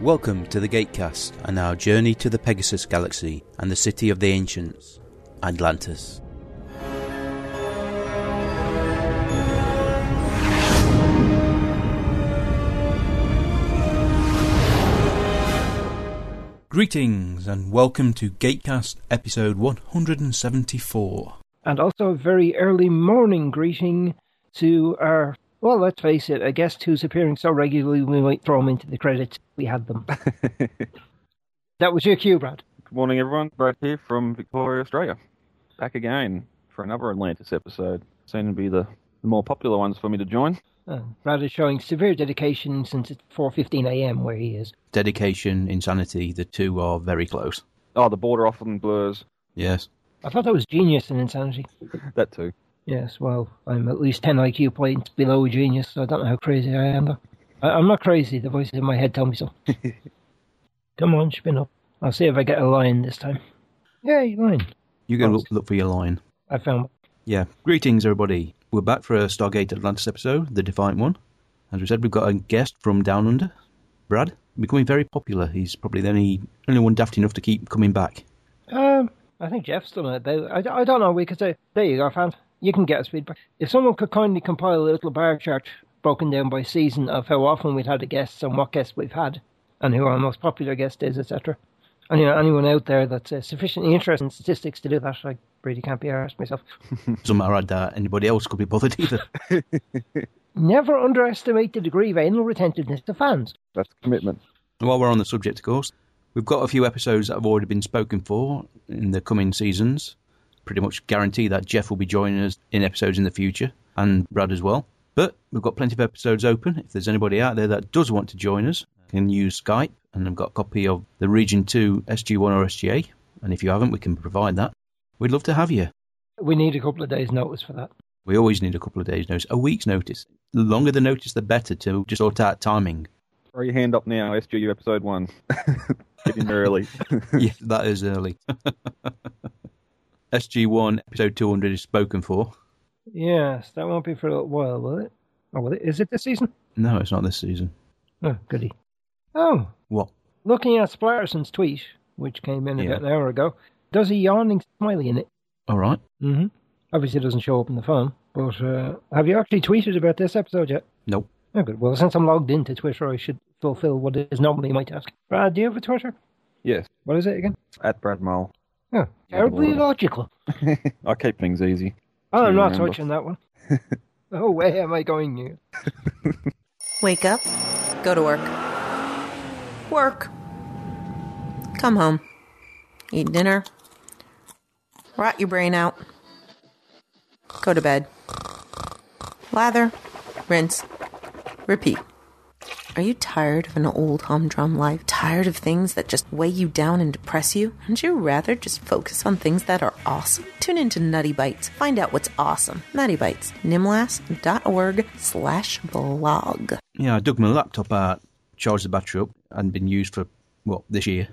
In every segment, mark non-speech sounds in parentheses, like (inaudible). Welcome to the Gatecast and our journey to the Pegasus Galaxy and the city of the ancients, Atlantis. Greetings and welcome to Gatecast episode 174. and also a very early morning greeting to our. Well, let's face it, a guest who's appearing so regularly we might throw him into the credits. We had them. that was your cue, Brad. Good morning, everyone. Brad here from Victoria, Australia. Back again for another Atlantis episode. Soon to be the, the more popular ones for me to join. Uh, Brad is showing severe dedication since it's 4:15 a.m. where he is. Dedication, insanity, the two are very close. Oh, the border often blurs. Yes. I thought that was genius and insanity. That too. Yes, well, I'm at least 10 IQ points below genius, so I don't know how crazy I am. though. I, I'm not crazy. The voices in my head tell me so. Come on, spin up. I'll see if I get a line this time. Yay, line! You go look, look for your line. I found. Yeah. Greetings, everybody. We're back for a Stargate Atlantis episode, the Defiant one. As we said, we've got a guest from Down Under, Brad, becoming very popular. He's probably the only, only one daft enough to keep coming back. Um, I think Jeff's done it though. I, I don't know. We could say there you go, fan. You can get us feedback. If someone could kindly compile a little bar chart broken down by season of how often we've had a guest and what guests we've had, and who our most popular guest is, etc. And you know, anyone out there that's uh, sufficiently interested in statistics to do that, I really can't be arsed myself. Doesn't matter that anybody else could be bothered (laughs) either. Never underestimate the degree of anal retentiveness of fans. That's commitment. While we're on the subject, of course, we've got a few episodes that have already been spoken for in the coming seasons. Pretty much guarantee that Jeff will be joining us in episodes in the future, and Brad as well. But we've got plenty of episodes open. If there's anybody out there that does want to join us, can use Skype, and I've got a copy of the Region 2 SG1 or SGA. And if you haven't, we can provide that. We'd love to have you. We need a couple of days' notice for that. We always need a couple of days' notice, a week's notice. The longer the notice, the better to just sort out timing. Throw your hand up now, SGU episode (laughs) one. Get in early. (laughs) yeah, that is early. SG1 episode 200 is spoken for. Yes, that won't be for a little while, will it? Or will it? Is it this season? No, it's not this season. Oh, goody. Oh, What? Looking at Splatterson's tweet, which came in Yeah. about an hour ago, there's a yawning smiley in it. All right. Mm-hmm. Obviously, it doesn't show up in the phone. But uh, have you actually tweeted about this episode yet? Nope. Oh, good. Well, since I'm logged into Twitter, I should fulfill what is normally my task. Brad, do you have a Twitter? yes, What is it again? at Brad Mole. Oh, terribly well. logical. (laughs) I keep things easy. Oh, I'm not remember. touching that one. oh, where am I going here? Wake up, go to work. Work. Come home. Eat dinner. Rot your brain out. Go to bed. Lather, rinse, repeat. Are you tired of an old humdrum life? Tired of things that just weigh you down and depress you? Wouldn't you rather just focus on things that are awesome? Tune into Nutty Bites. Find out what's awesome. Nutty Bites. Nimlas.org slash blog. Yeah, I dug my laptop out, charged the battery up, and been used for, what, this year.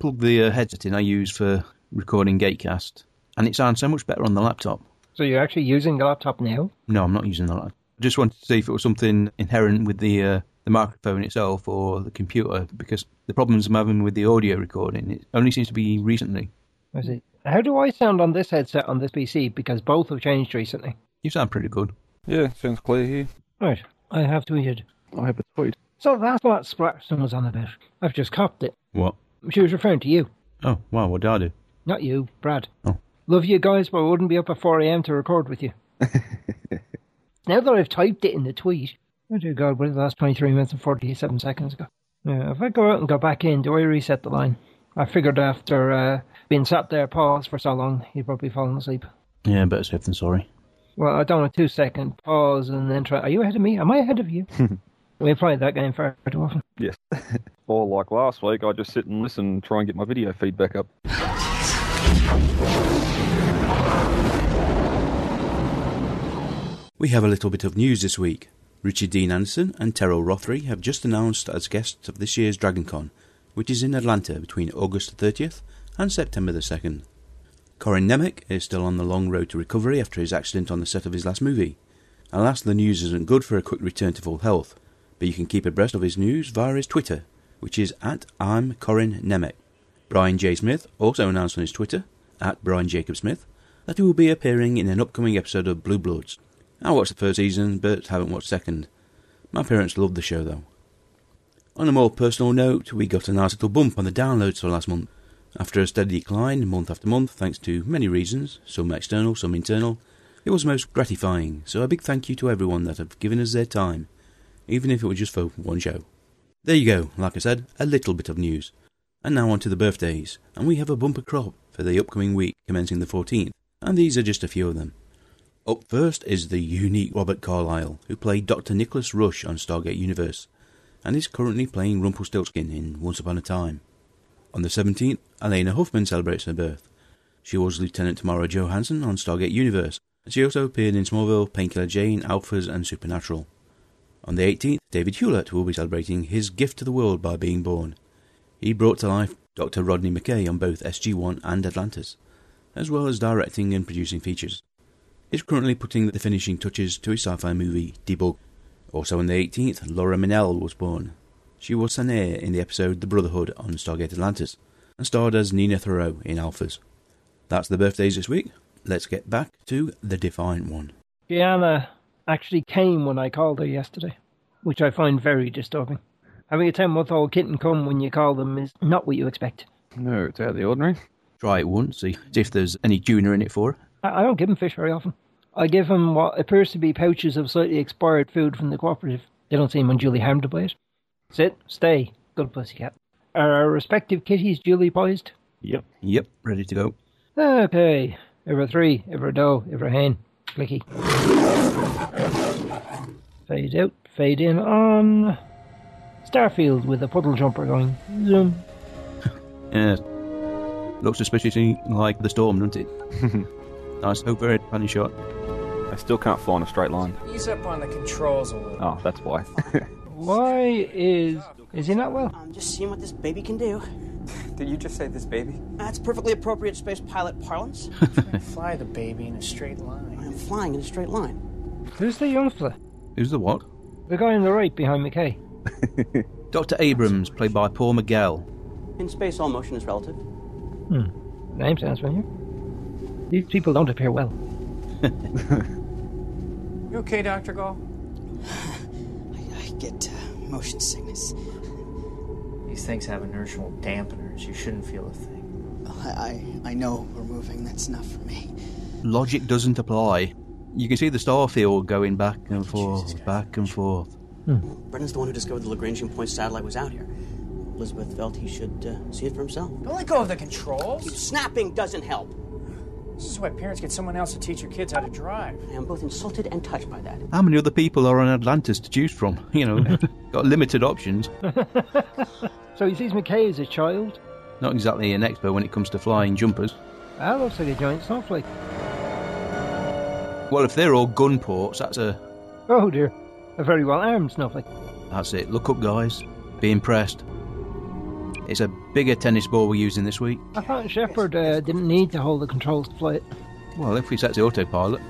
Plugged the uh, headset in I use for recording Gatecast, and it sounds so much better on the laptop. So you're actually using the laptop now? No, I'm not using the laptop. Just wanted to see if it was something inherent with the uh, the microphone itself or the computer, because the problems I'm having with the audio recording it only seems to be recently. Or is it- How do I sound on this headset on this PC? Because both have changed recently. You sound pretty good. Yeah, sounds clear here. Right, I have tweeted. I have a tweet. So that's what Splatterson was on about. I've just copped it. What? She was referring to you, Oh, wow, what did I do? not you, Brad. Oh. Love you guys, but I wouldn't be up at 4 a.m. to record with you. now that I've typed it in the tweet, oh dear God, what did the last 23 minutes and 47 seconds ago? Yeah, if I go out and go back in, do I reset the line? I figured after uh, being sat there paused for so long, he'd probably fallen asleep. Yeah, better safe than sorry. Well, I don't know, two second pause and then try. Are you ahead of me? Am I ahead of you? we played that game far too often. Yes. or like last week, I just sit and listen and try and get my video feedback up. We have a little bit of news this week. Richie Dean Anderson and Terrell Rothery have just announced as guests of this year's DragonCon, which is in Atlanta between August 30th and September the 2nd. Corin Nemec is still on the long road to recovery after his accident on the set of his last movie. Alas, the news isn't good for a quick return to full health, but you can keep abreast of his news via his Twitter which is at I'm Corin Nemec. Brian J. Smith also announced on his Twitter, at Brian Jacob Smith, that he will be appearing in an upcoming episode of Blue Bloods. I watched the first season, but haven't watched second. My parents loved the show, though. On a more personal note, we got a nice little bump on the downloads for last month. After a steady decline month after month, thanks to many reasons, some external, some internal, it was most gratifying, so a big thank you to everyone that have given us their time, even if it was just for one show. There you go, like I said, a little bit of news. And now on to the birthdays, and we have a bumper crop for the upcoming week commencing the 14th, and these are just a few of them. Up first is the unique Robert Carlyle, who played Dr. Nicholas Rush on Stargate Universe, and is currently playing Rumpelstiltskin in Once Upon a Time. On the 17th, Elena Huffman celebrates her birth. She was Lieutenant Tamara Johansson on Stargate Universe, and she also appeared in Smallville, Painkiller Jane, Alphas, and Supernatural. On the 18th, David Hewlett will be celebrating his gift to the world by being born. He brought to life Dr. Rodney McKay on both SG-1 and Atlantis, as well as directing and producing features. He's currently putting the finishing touches to his sci-fi movie, Debug. Also on the 18th, Laura Minnell was born. She was Sanae in the episode The Brotherhood on Stargate Atlantis, and starred as Nina Thoreau in Alphas. That's the birthdays this week. Let's get back to the Defiant One. Gianna actually came when I called her yesterday, which I find very disturbing. Having a 10 month old kitten come when you call them is not what you expect. No, it's out of the ordinary. Try it once, see see if there's any tuna in it for her. I, I don't give them fish very often. I give them what appears to be pouches of slightly expired food from the cooperative. They don't seem unduly harmed by it. Sit, stay, good pussycat. Are our respective kitties duly poised? Yep. Yep, ready to go. Okay. Ever three, ever doe, ever hen, flicky. Fade out, fade in on Starfield with a puddle jumper going zoom. Yeah. Looks suspiciously like the storm, doesn't it? (laughs) nice over it, funny shot. I still can't fly in a straight line. Ease up on the controls a little. Oh, that's (laughs) why. Why is is he not well? I'm Um, just seeing what this baby can do. Did you just say this baby? That's perfectly appropriate space pilot parlance. Oh. Fly the baby in a straight line. I'm flying in a straight line. Who's the young fella? Who's the what? The guy on the right behind McKay. Dr. Abrams, played by Paul Miguel. In space, all motion is relative. Name sounds familiar. These people don't appear well. You okay, Dr. Gall? I, I get uh, motion sickness. These things have inertial dampeners. You shouldn't feel a thing. I, I, I know we're moving. That's not for me. Logic doesn't apply. You can see the star field going back and forth, back and forth. Brennan's the one who discovered the Lagrangian point satellite was out here. Elizabeth felt he should uh, see it for himself. Don't let go of the controls. Snapping doesn't help. This is why parents get someone else to teach your kids how to drive. I am both insulted and touched by that. How many other people are on Atlantis to choose from? (laughs) You know, got limited options. So he sees McKay as a child. Not exactly an expert when it comes to flying jumpers. That Ah, looks like a giant snowflake. Well, if they're all gun ports, that's a Oh dear. A very well armed snowflake. That's it. Look up, guys. Be impressed. It's a bigger tennis ball we're using this week. I thought Shepard uh, didn't need to hold the controls to fly it. Well, if we set the autopilot.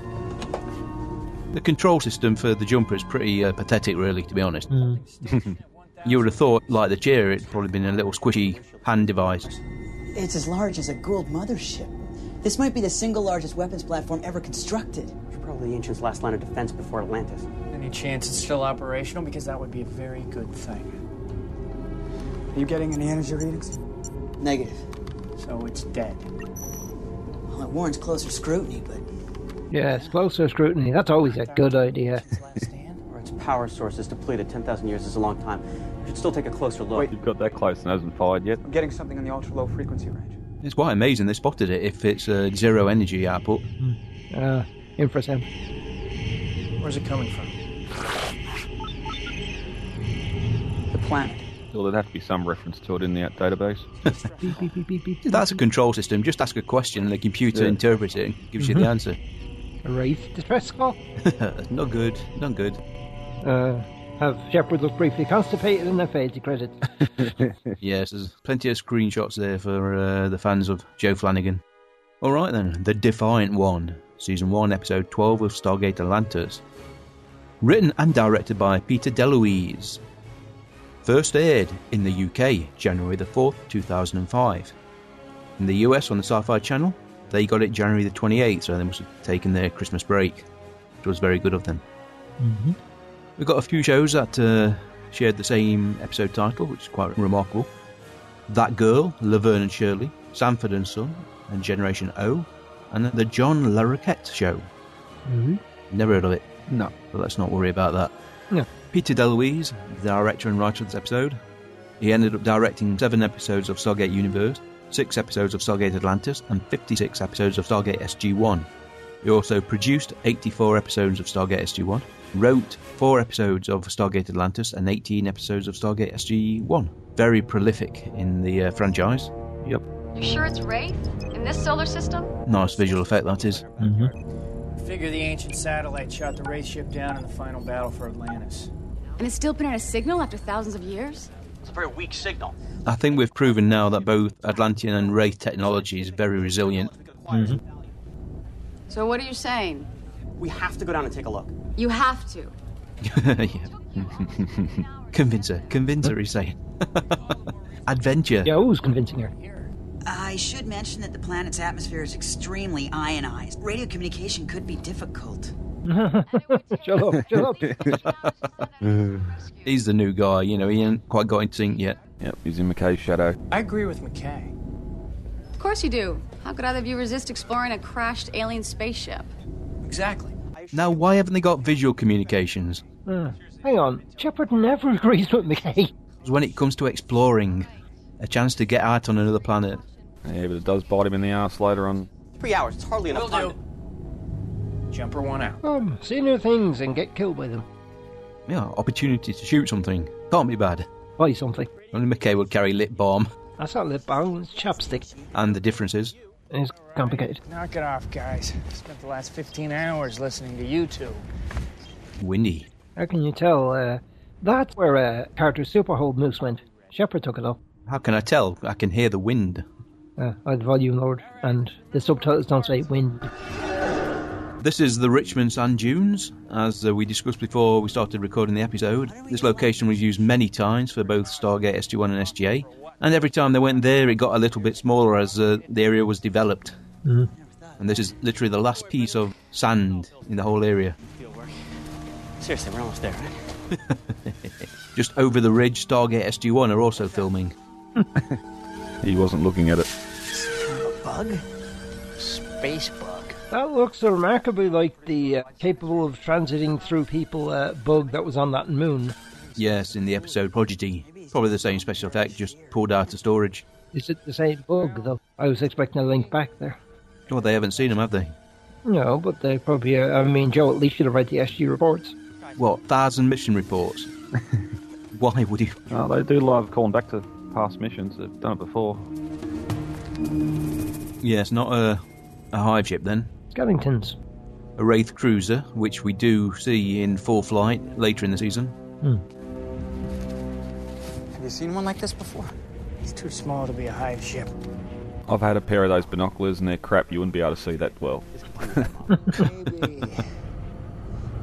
The control system for the jumper is pretty uh, pathetic, really, to be honest. (laughs) you would have thought, like the chair, it'd probably been a little squishy hand device. It's as large as a Gould mothership. This might be the single largest weapons platform ever constructed. It's probably the ancient's last line of defense before Atlantis. Any chance it's still operational? Because that would be a very good thing. Are you getting any energy readings? Negative. So it's dead. Well, it warrants closer scrutiny, but Yes, closer scrutiny. That's always a good idea. Its last stand? Or its power source is depleted. 10,000 years is a long time. We should still take a closer look. Wait. You've got that close and hasn't fired yet. I'm getting something on the ultra low frequency range. It's quite amazing they spotted it if it's uh, zero energy output. Uh, infrasound. Where's it coming from? The planet. Well, there'd have to be some reference to it in the database. That's a control system. Just ask a question and the computer Yeah. interprets it and gives you the answer. A wraith distress call. not good, not good. Uh, have Shepard look briefly constipated and then fade to credit. Yes, there's plenty of screenshots there for uh, the fans of Joe Flanagan. All right then, The Defiant One, Season 1, Episode 12 of Stargate Atlantis. Written and directed by Peter DeLuise. First aired in the UK January the 4th, 2005. In the US on the Sci Fi Channel, they got it January the 28th, so they must have taken their Christmas break, which was very good of them. We've got a few shows that uh, shared the same episode title, which is quite remarkable. That Girl, Laverne and Shirley, Sanford and Son, and Generation O, and the John Larroquette Show. Mm-hmm. Never heard of it, No. but let's not worry about that. No. Peter DeLuise, the director and writer of this episode, he ended up directing seven episodes of Stargate Universe, six episodes of Stargate Atlantis, and 56 episodes of Stargate SG 1. He also produced 84 episodes of Stargate SG 1, wrote four episodes of Stargate Atlantis, and 18 episodes of Stargate SG 1. Very prolific in the uh, franchise. Yep. You sure it's Wraith? In this solar system? Nice visual effect, that is. Figure the ancient satellite shot the Wraith ship down in the final battle for Atlantis. And it's still putting out a signal after thousands of years? It's a very weak signal. I think we've proven now that both Atlantean and Wraith technology is very resilient. So what are you saying? We have to go down and take a look. You have to. yeah. (laughs) convince her. Convince her, he's saying. (laughs) Adventure. Yeah, who's convincing her? I should mention that the planet's atmosphere is extremely ionized. Radio communication could be difficult. Shut up, shut up. He's the new guy, you know, he ain't quite got in sync yet. Yep. Using McKay's shadow. I agree with McKay. Of course you do. How could either of you resist exploring a crashed alien spaceship? Exactly. Now, why haven't they got visual communications? Hang on, Shepard never agrees with McKay. 'Cause When it comes to exploring, a chance to get out on another planet. Yeah, but it does bite him in the ass later on. Three hours. It's hardly enough Will time. do. Jumper one out. Um, see new things and get killed by them. Yeah, opportunity to shoot something. Can't be bad. Buy something. Only McKay would carry lip balm, That's not lip balm, it's chapstick. and the difference is And it's complicated. Knock it off, guys. Spent the last 15 hours listening to you two. windy. How can you tell? Uh, that's where uh, Carter's superhold moose went. Shepard took it off. How can I tell? I can hear the wind. Uh, I had volume lowered, and the subtitles don't say wind. This is the Richmond Sand Dunes. As uh, we discussed before we started recording the episode, this location was used many times for both Stargate SG1 and SGA. And every time they went there, it got a little bit smaller as uh, the area was developed. And this is literally the last piece of sand in the whole area. Seriously, we're almost there. Right? Just over the ridge, Stargate SG1 are also filming. He wasn't looking at it. Bug? Space bug. That looks remarkably like the uh, capable of transiting through people uh, bug that was on that moon. Yes, in the episode Prodigy. Probably the same special effect, just pulled out of storage. Is it the same bug, though? I was expecting a link back there. Well, they haven't seen them, have they? No, but they probably. Uh, I mean, Joe at least should have read the SG reports. What, thousand mission reports? Why would you Oh, they do love calling back to past missions. They've done it before. Yes, not a, a hive ship then. Skeletons. A Wraith cruiser, which we do see in full flight later in the season. Have you seen one like this before? It's too small to be a hive ship. I've had a pair of those binoculars and they're crap. You wouldn't be able to see that well. Maybe.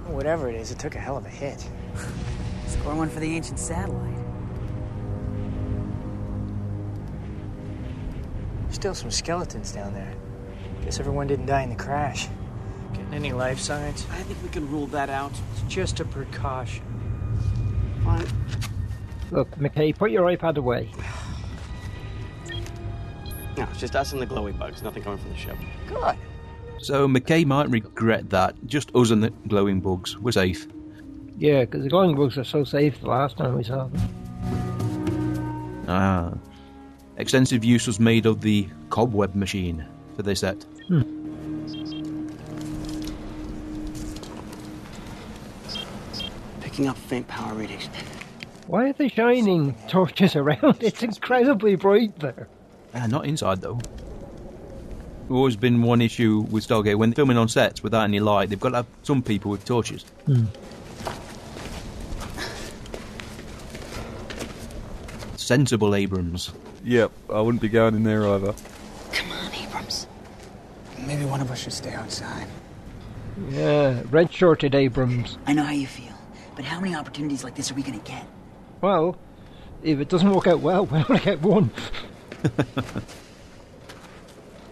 Whatever it is, it took a hell of a hit. Score one for the ancient satellite. Still some skeletons down there. Guess everyone didn't die in the crash. Getting any life signs? I think we can rule that out. It's just a precaution. Fine. Look, McKay, put your iPad away. No, it's just us and the glowy bugs. Nothing coming from the ship. Good. So McKay might regret that. Just us and the glowing bugs. We're safe. Yeah, because the glowing bugs are so safe the last time we saw them. Ah. Extensive use was made of the cobweb machine for this set. Picking up faint power readings. Why are they shining torches (laughs) around? It's incredibly bright there. Ah, not inside though. Always been one issue with Stargate when filming on sets without any light, they've got to have some people with torches. Sensible Abrams. Yep, I wouldn't be going in there either. Come on, Abrams. Maybe one of us should stay outside. Yeah, red shorted Abrams. I know how you feel, but how many opportunities like this are we going to get? Well, If it doesn't work out well, (laughs) we only get one.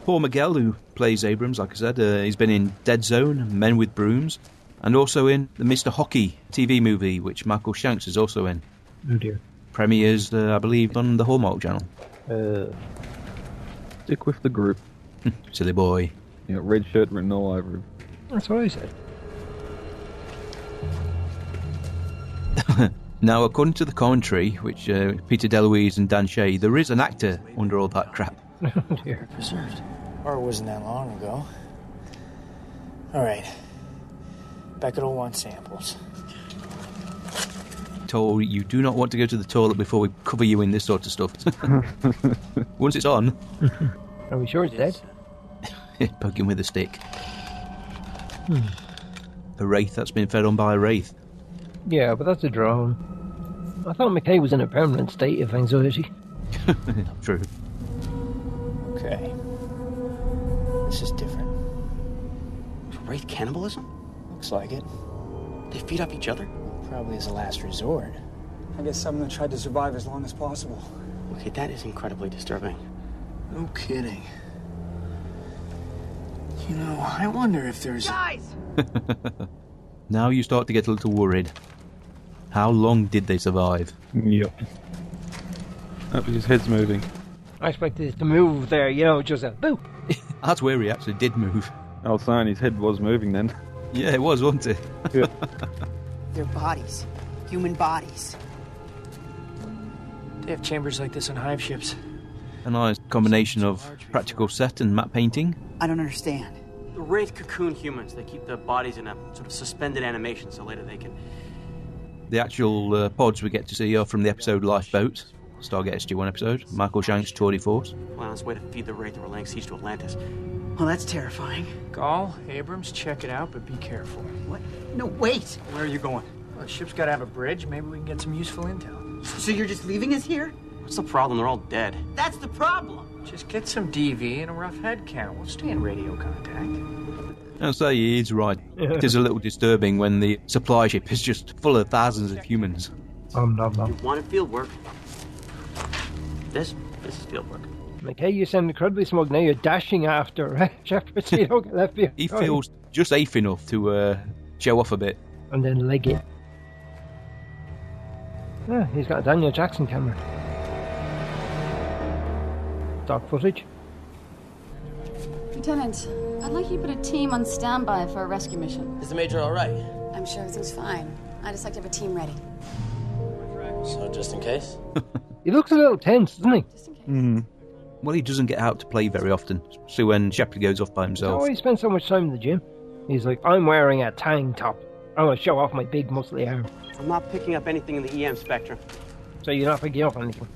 Paul Miguel, who plays Abrams, like I said, uh, he's been in Dead Zone, Men with Brooms, and also in the Mr. Hockey TV movie, which Michael Shanks is also in. Oh dear. Premieres, uh, I believe, on the Hallmark Channel. Uh, Stick with the group. Silly boy. You got red shirt written all over him. That's what I said. Now, according to the commentary, which uh, Peter DeLuise and Dan Shay, there is an actor under all that crap. Oh dear. Preserved. Or it wasn't that long ago. All right. Back at old one samples. Told you do not want to go to the toilet before we cover you in this sort of (laughs) stuff. Once it's on, (laughs) Are we sure it's dead? poke him with a stick. Hmm. A wraith that's been fed on by a wraith. Yeah, but that's a drone. I thought McKay was in a permanent state of anxiety. True. Okay. This is different. Wraith cannibalism? Looks like it. They feed off each other? Probably as a last resort. I guess Sumner tried to survive as long as possible. Okay, that is incredibly disturbing. No kidding. You know, I wonder if there's. Now you start to get a little worried. How long did they survive? Yep. Oh, his head's moving. I expected it to move there, you know, just a boo. That's where he actually did move. (laughs) I was saying his head was moving then. Yeah, it was, wasn't it? (laughs) Their bodies. Human bodies. They have chambers like this on hive ships. A nice combination of practical set and map painting. I don't understand. The Wraith cocoon humans. They keep their bodies in a sort of suspended animation so later they can. The actual uh, pods we get to see are from the episode Lifeboat, Stargate SG1 episode, Michael Shanks' Tour de Force. Well, it's a way to feed the Wraith that were laying siege to Atlantis. Well, that's terrifying. Gall, Abrams, check it out, but be careful. What? No, wait. Where are you going? Well, the ship's gotta have a bridge. Maybe we can get some useful intel. So you're just leaving us here? What's the problem? They're all dead. That's the problem. Just get some DV and a rough head count. We'll stay in radio contact. And so he is right. it is a little disturbing when the supply ship is just full of thousands of humans. um, nom nom. You want to field work? This, this is field work. McKay, you sound incredibly smug now. You're dashing (laughs) after Shepard so you don't get left behind. He feels just safe enough to uh, show off a bit. And then leg it. Yeah, he's got a Daniel Jackson camera. Dark footage. Lieutenant, I'd like you to put a team on standby for a rescue mission. Is the major all right? I'm sure everything's fine. I just like to have a team ready. So just in case. He looks a little tense, doesn't he? Just in case. Well, he doesn't get out to play very often. So when Shepard goes off by Oh, himself, he spends so much time in the gym. He's like, I'm wearing a tank top. I want to show off my big muscly arm. I'm not picking up anything in the EM spectrum. So you're not picking up on anything.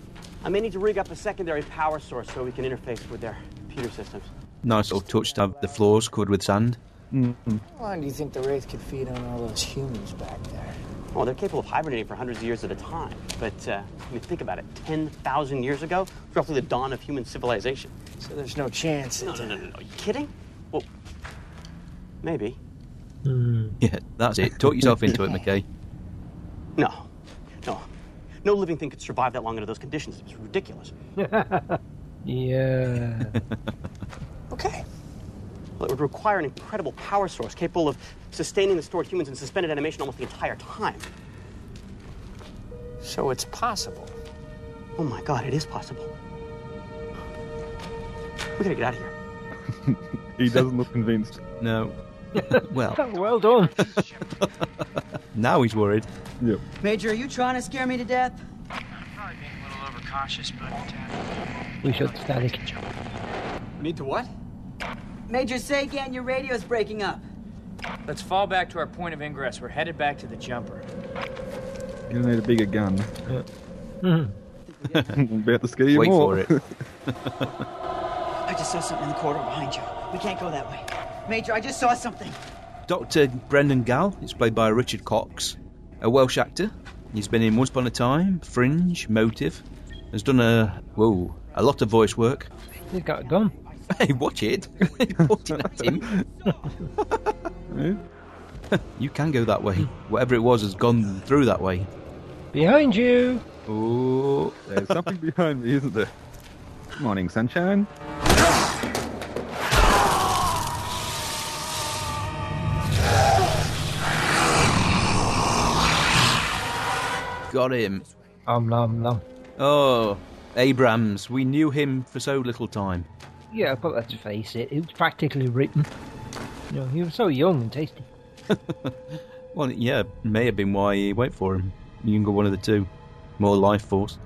I may need to rig up a secondary power source so we can interface with their computer systems. nice little touch to have the floors covered with sand. (laughs) How long do you think the Wraith could feed on all those humans back there? Well, Oh, they're capable of hibernating for hundreds of years at a time. But uh, I mean, think about it. 10,000 years ago, it's roughly the dawn of human civilization. So there's no chance. No, that- no, no, no, no. Are you kidding? Well, maybe. Yeah, that's it. Talk yourself into it, McKay. No. No. No living thing could survive that long under those conditions. It was ridiculous. Yeah. Okay. Well, it would require an incredible power source capable of sustaining the stored humans in suspended animation almost the entire time. So it's possible. Oh my god, it is possible. We gotta get out of here. He doesn't look convinced. No. (laughs) well, (laughs) well done. now he's worried. Yep. Major, are you trying to scare me to death? Probably being a little overcautious, but. uh, We should static. Need to what? Major, say again, your radio's breaking up. Let's fall back to our point of ingress. We're headed back to the jumper. You need a bigger gun. (laughs) I'm about to scare you Wait more. for (laughs) it. I just saw something in the corridor behind you. We can't go that way. Major, I just saw something. Dr. Brendan Gall is played by Richard Cox, a Welsh actor. He's been in Once Upon a Time, Fringe, Motive. Has done a whoa, a lot of voice work. (laughs) He's got a gun. Hey, watch it! (laughs) He's pointing at him. Yeah. You can go that way. Whatever it was has gone through that way. Behind you! Oh, there's something behind me, isn't there? Morning, sunshine. Got him. Om nom nom. Oh, Abrams. We knew him for so little time. Yeah, but let's face it, he was practically written. You know, he was so young and tasty. Well, yeah, may have been why he went for him. Younger one of the two. More life force.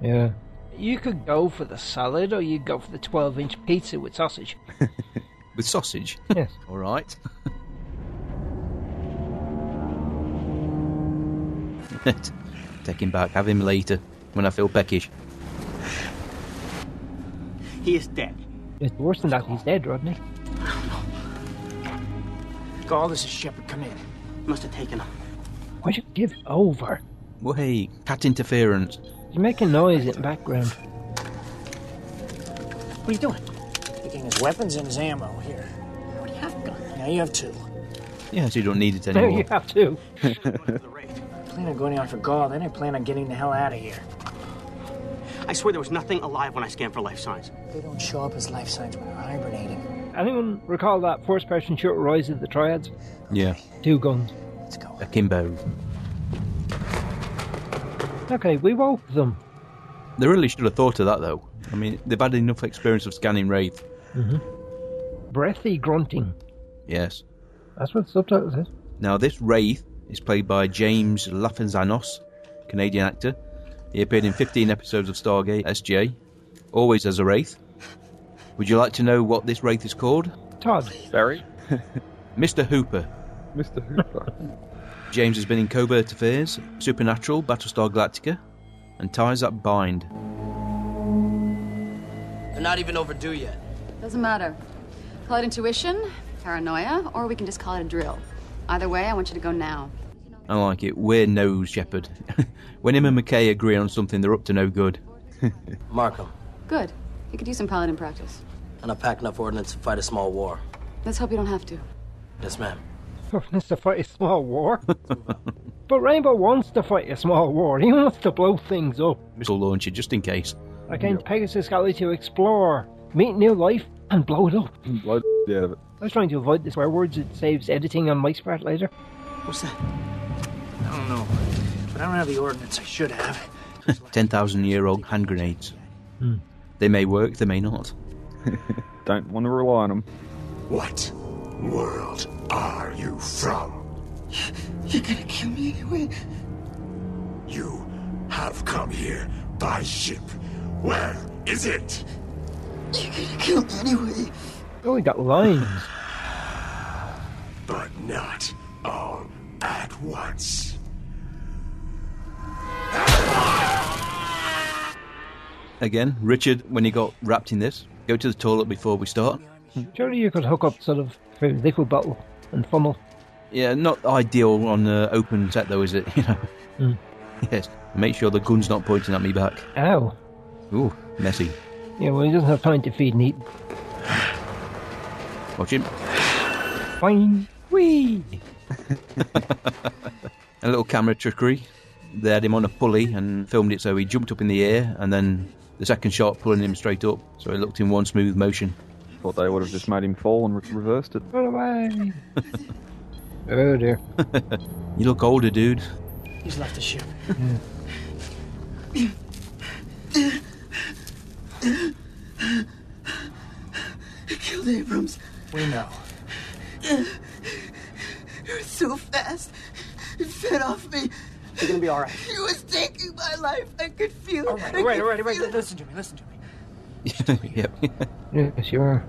Yeah. You could go for the salad or you go for the 12 inch pizza with sausage. With sausage. (laughs) Yes. All right. Take him back. Have him later when I feel peckish. He is dead. It's worse than that, he's dead, Rodney. Call this is Shepard. Come in. He must have taken him. Why'd you give over? Way, cat interference. You're making noise in the (laughs) background. What are you doing? Taking his weapons and his ammo here. I already have gun. Now you have two. Yeah, so you don't need it No, anymore. you have to. Going to the raid. I plan on going out for Gaul, then I plan on getting the hell out of here. I swear there was nothing alive when I scanned for life signs. They don't show up as life signs when they're hibernating. Anyone recall that first person shooter Rise of the Triads? Yeah. Two guns. Let's go. Akimbo. Okay, we woke them. They really should have thought of that, though. I mean, they've had enough experience of scanning Wraith. Breathy grunting. Yes. That's what the subtitle says. Now, this Wraith is played by James Lafanzanos, Canadian actor. He appeared in 15 episodes of Stargate SJ, always as a Wraith. Would you like to know what this Wraith is called? Todd. (laughs) Barry? Mr. Hooper. Mr. Hooper. (laughs) James has been in Covert Affairs, Supernatural, Battlestar Galactica, and Ties That Bind. They're not even overdue yet. Doesn't matter. Call it intuition, paranoia, or we can just call it a drill. Either way, I want you to go now. I like it. We're no Shepherd. (laughs) when him and McKay agree on something, they're up to no good. Markham, Good. You could use some paladin practice. and I pack enough ordnance to fight a small war. Let's hope you don't have to. Yes, ma'am. wants to fight a small war. but Rainbow wants to fight a small war. (laughs) He wants to blow things up. Missile launcher, just in case. Against Pegasus Galley to explore, meet new life, and blow it up. Blood out of it. I was trying to avoid the swear words. It saves editing on Mike's part later. What's that? I don't know, but I don't have the ordinance I should have. 10,000 year old hand grenades. They may work, they may not. Don't want to rely on them. What world are you from? You're gonna kill me anyway. You have come here by ship. Where is it? You're gonna kill me anyway. Oh, he got lines. But not all at once. Again, Richard, when he got wrapped in this, go to the toilet before we start. Surely you could hook up sort of through liquid bottle and funnel. Yeah, not ideal on uh, open set though, is it? (laughs) You know. Yes. Make sure the gun's not pointing at me back. Ow. Ooh, messy. Yeah, well, he doesn't have time to feed and eat. Watch him. Fine. Whee! A little camera trickery. They had him on a pulley and filmed it so he jumped up in the air, and then the second shot pulling him straight up, so it looked in one smooth motion. Thought they would have just made him fall and re- reversed it. Run away. oh dear. You look older, dude. (laughs) He's left the ship. I killed Abrams. We know. It was so fast. It fed off me. You're gonna be all right. It was taking my life. I could feel All right, all right, all right, all right. Listen to me, listen to me. yep. Yes, you are.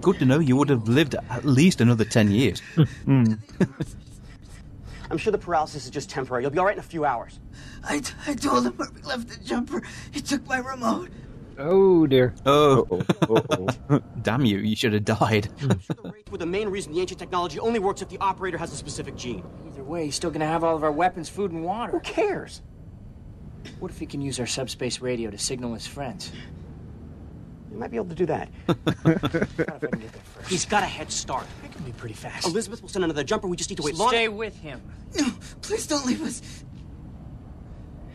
Good to know you would have lived at least another 10 years. I'm sure the paralysis is just temporary. You'll be all right in a few hours. I, t- I told him where we left the jumper. He took my remote. Oh dear. Oh, Uh-oh, (laughs) uh-oh. damn you, you should have died. The rates were the main reason the ancient technology only works if the operator has a specific gene. Either way, he's still gonna have all of our weapons, food, and water. Who cares? What if he can use our subspace radio to signal his friends? You might be able to do that. Not if I can get there first. (laughs) He's got a head start. It can be pretty Oh, fast. Elizabeth will send another jumper. We just need to wait long. Stay with him. No, please don't leave us.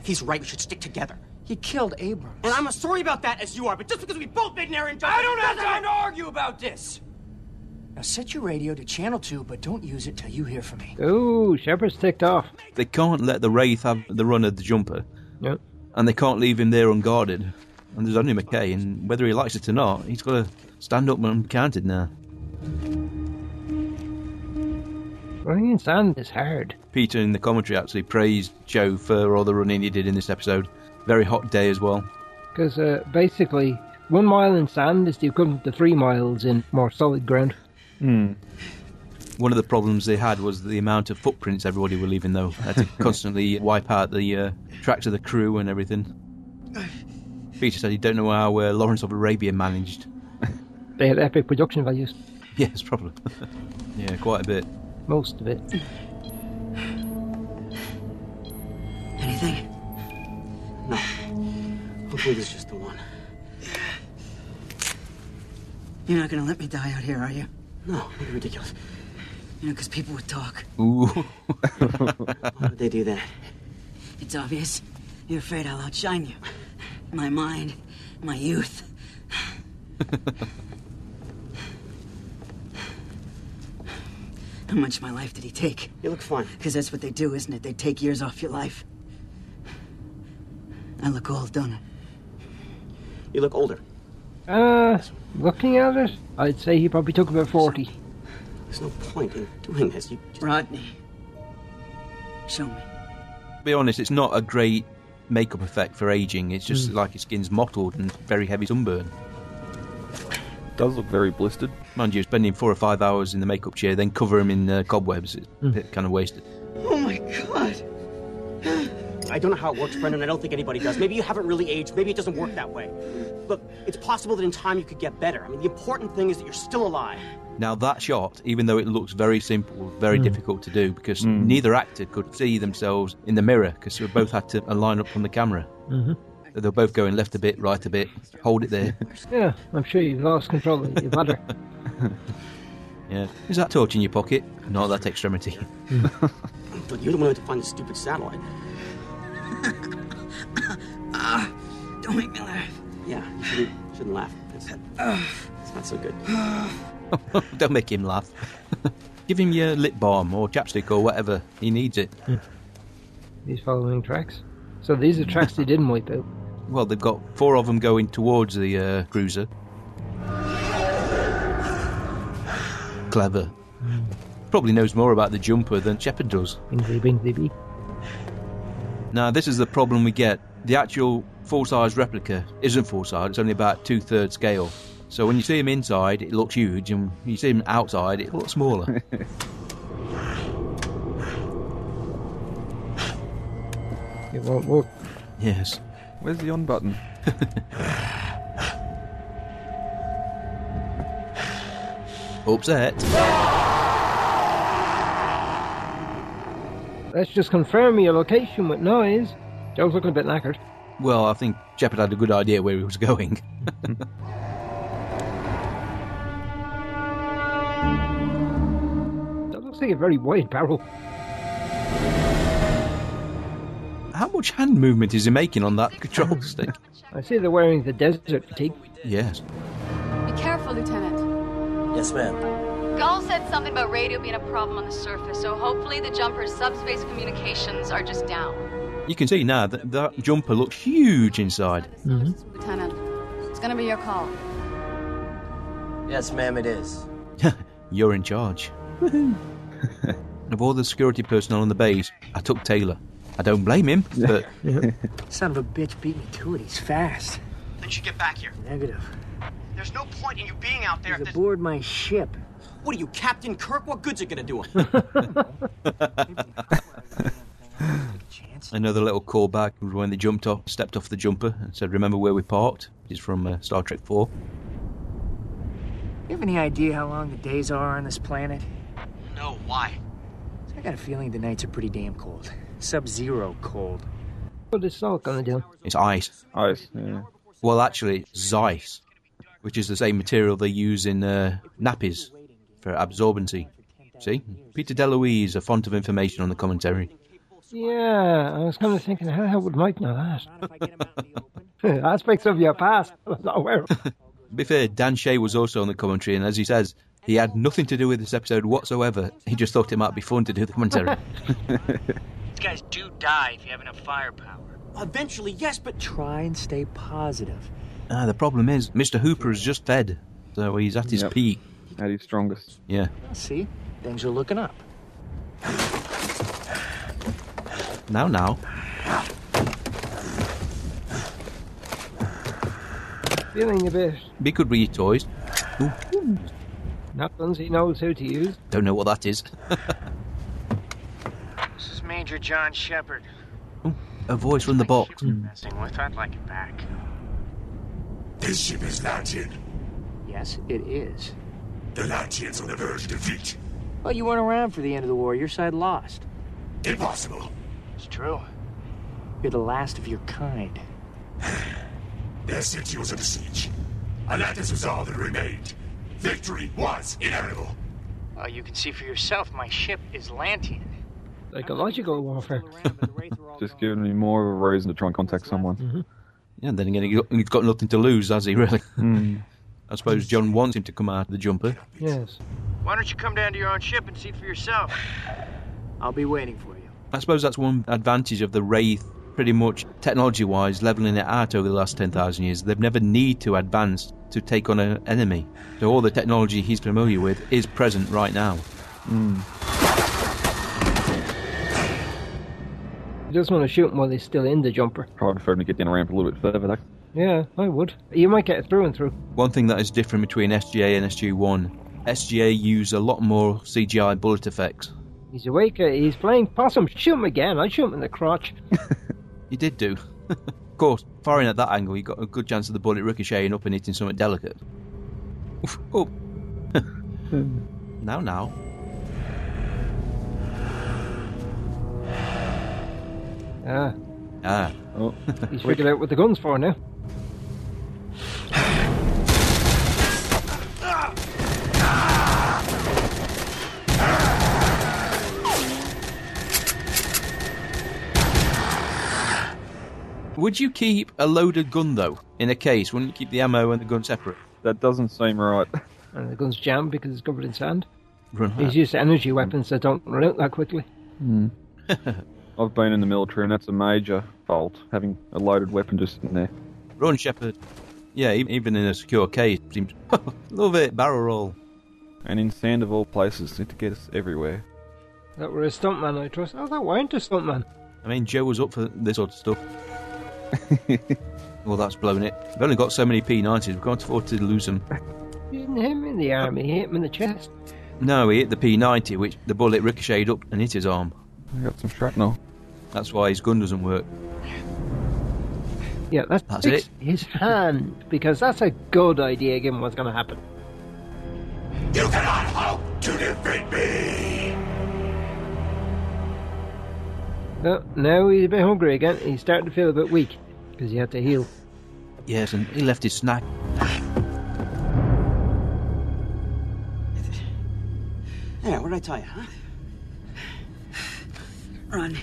He's right. We should stick together. He killed Abrams. And I'm as sorry about that as you are, but just because we both made an error in judgment. I don't have time to argue about this. Now set your radio to channel two, but don't use it till you hear from me. Ooh, Shepard's Oh, ticked off. They can't let the Wraith have the run of the jumper. Yep. And they can't leave him there unguarded. And there's only McKay, and whether he likes it or not, he's got to stand up when counted now. Running in sand is hard. Peter in the commentary actually praised Joe for all the running he did in this episode. Very hot day as well. Because uh, basically, one mile in sand is the equivalent to three miles in more solid ground. Hmm. One of the problems they had was the amount of footprints everybody were leaving, though. They had to constantly wipe out the uh, tracks of the crew and everything. Peter said he don't know how uh, Lawrence of Arabia managed. (laughs) They had epic production values, Yes, probably. (laughs) yeah, quite a bit. most of it. Anything? No. Hopefully, this is just the one. You're not gonna let me die out here, are you? No, it'd be ridiculous. You know, because people would talk. Ooh. Why would they do that? It's obvious. You're afraid I'll outshine you. My mind, my youth. (laughs) How much of my life did he take? You look fine. Because that's what they do, isn't it? They take years off your life. I look old, don't I? You look older. Uh, looking at it, I'd say he probably took about 40. There's no point in doing this. You just... Rodney. Show me. to be honest, it's not a great makeup effect for aging. It's just like his skin's mottled and very heavy sunburn. Does look very blistered. Mind you, spending four or five hours in the makeup chair, then cover him in uh, cobwebs, it's a bit kind of wasted. Oh my god. I don't know how it works, Brendan. I don't think anybody does. Maybe you haven't really aged. Maybe it doesn't work that way. Look, it's possible that in time you could get better. I mean, the important thing is that you're still alive. Now, that shot, even though it looks very simple, was very difficult to do because neither actor could see themselves in the mirror because we both had to align up on the camera. Mm-hmm. They were both going left a bit, right a bit, hold it there. (laughs) Yeah, I'm sure you've lost control of your bladder. yeah. Is that torch in your pocket? Not that extremity. Look, you're the one who had to find the stupid satellite. Don't make me laugh. Yeah, you shouldn't, shouldn't laugh. It's, it's not so good. Don't make him laugh. (laughs) Give him your lip balm or chapstick or whatever. He needs it. These following tracks. So these are tracks they didn't wipe out. Well, they've got four of them going towards the uh, cruiser. Clever. Probably knows more about the jumper than Shepard does. Bingley, bingley, bee. Now, this is the problem we get. The actual full size replica isn't full size, it's only about two thirds scale. So when you see him inside, it looks huge, and you see him outside, it looks smaller. It won't work. yes. Where's the on button? Upset. Let's just confirm your location with noise. Joe's looking a bit knackered. Well, I think Shepard had a good idea where he was (laughs) going. That looks like a very wide barrel. How much hand movement is he making on that control stick? I see they're wearing the desert fatigue. Yes. Be careful, Lieutenant. Yes, ma'am. Gull said something about radio being a problem on the surface, so hopefully the jumper's subspace communications are just down. You can see now that that jumper looks huge inside. (laughs) Lieutenant, it's gonna be your call. Yes, ma'am, it is. You're in charge. Woohoo. of all the security personnel on the base, I took Taylor. I don't blame him, but Son of a bitch beat me to it. He's fast. Then you should get back here. Negative. There's no point in you being out there. If He's there's... aboard my ship. What are you, Captain Kirk? What good's it gonna do? him? Chance. another little callback was when they jumped off, stepped off the jumper, and said, "Remember where we parked?" Which is from uh, Star Trek Four. You have any idea how long the days are on this planet? (laughs) no, why? I got a feeling the nights are pretty damn cold. Sub-zero cold. What is Salt gonna do? It's ice. Ice. Oh, Yeah. Well, actually, it's Zeiss, which is the same material they use in uh, nappies for absorbency. See, Peter DeLuise, a font of information on the commentary. Yeah, I was kind of thinking, how the hell would Mike know that? (laughs) Aspects of your past. I was not aware of. To be fair, Dan Shea was also on the commentary, and as he says, he had nothing to do with this episode whatsoever. He just thought it might be fun to do the commentary. These guys do die if you have enough firepower. Eventually, yes, but try and stay positive. ah, the problem is, Mr. Hooper is just fed, so he's at his Yep. peak. At his strongest. Yeah. See, things are looking up. Now, now. Feeling a bit. Be good with your toys. Ooh, Not guns he knows how to use. don't know what that is. This is Major John Shepard. A voice from the box. Messing with, I'd like it back. This ship is Latian. Yes, it is. The Latians on the verge of defeat. Well, you weren't around for the end of the war. Your side lost. Impossible. It's true. You're the last of your kind. Their city was under siege. Atlantis was all that remained. Victory was inevitable. Well, Uh, you can see for yourself my ship is (laughs) Lantian. Psychological warfare. Just giving me more of a reason to try and contact someone. Yeah, and then again, he- he's got nothing to lose, has he, really? I suppose John wants him to come out of the jumper. Yes. Why don't you come down to your own ship and see for yourself? (sighs) I'll be waiting for you. I suppose that's one advantage of the Wraith, pretty much technology wise, leveling it out over the last 10,000 years. They've never need to advance to take on an enemy. So all the technology he's familiar with is present right now. You just want to shoot him while he's still in the jumper. Probably prefer to get down the ramp a little bit further. That Yeah, I would. You might get it through and through. One thing that is different between SGA and SG1 SGA use a lot more CGI bullet effects. He's awake. uh, He's playing possum. Shoot him again. I shoot him in the crotch. He did do. (laughs) of course, firing at that angle, you got a good chance of the bullet ricocheting up and hitting something delicate. Oof, oh. (laughs) now, now. (laughs) Ah, Ah. Oh. he's figured out what the gun's for now. Would you keep a loaded gun though in a case? Wouldn't you keep the ammo and the gun separate? (laughs) that doesn't seem right. (laughs) And the gun's jammed because it's covered in sand. Run He's used to energy weapons that don't run out that quickly. I've been in the military, and that's a major fault. Having a loaded weapon just in there. Run, Shepard. Yeah, e- even in a secure case, seems (laughs) love it. Barrel roll. And in sand of all places, it gets everywhere. That were a stuntman, I trust. Oh, that weren't a stuntman. I mean, Joe was up for this sort of stuff. (laughs) well, that's blown it. We've only got so many P90s. We can't afford to lose them. You didn't hit him in the army. He hit him in the chest. No, he hit the P90, which the bullet ricocheted up and hit his arm. I got some shrapnel. That's why his gun doesn't work. Yeah, that's, That's fixed it. his hand because that's a good idea given what's going to happen. You cannot hope to defeat me! No, now he's a bit hungry again. He's starting to feel a bit weak because he had to heal. Yes, and he left his snack. Yeah, what did I tell you, huh? Run.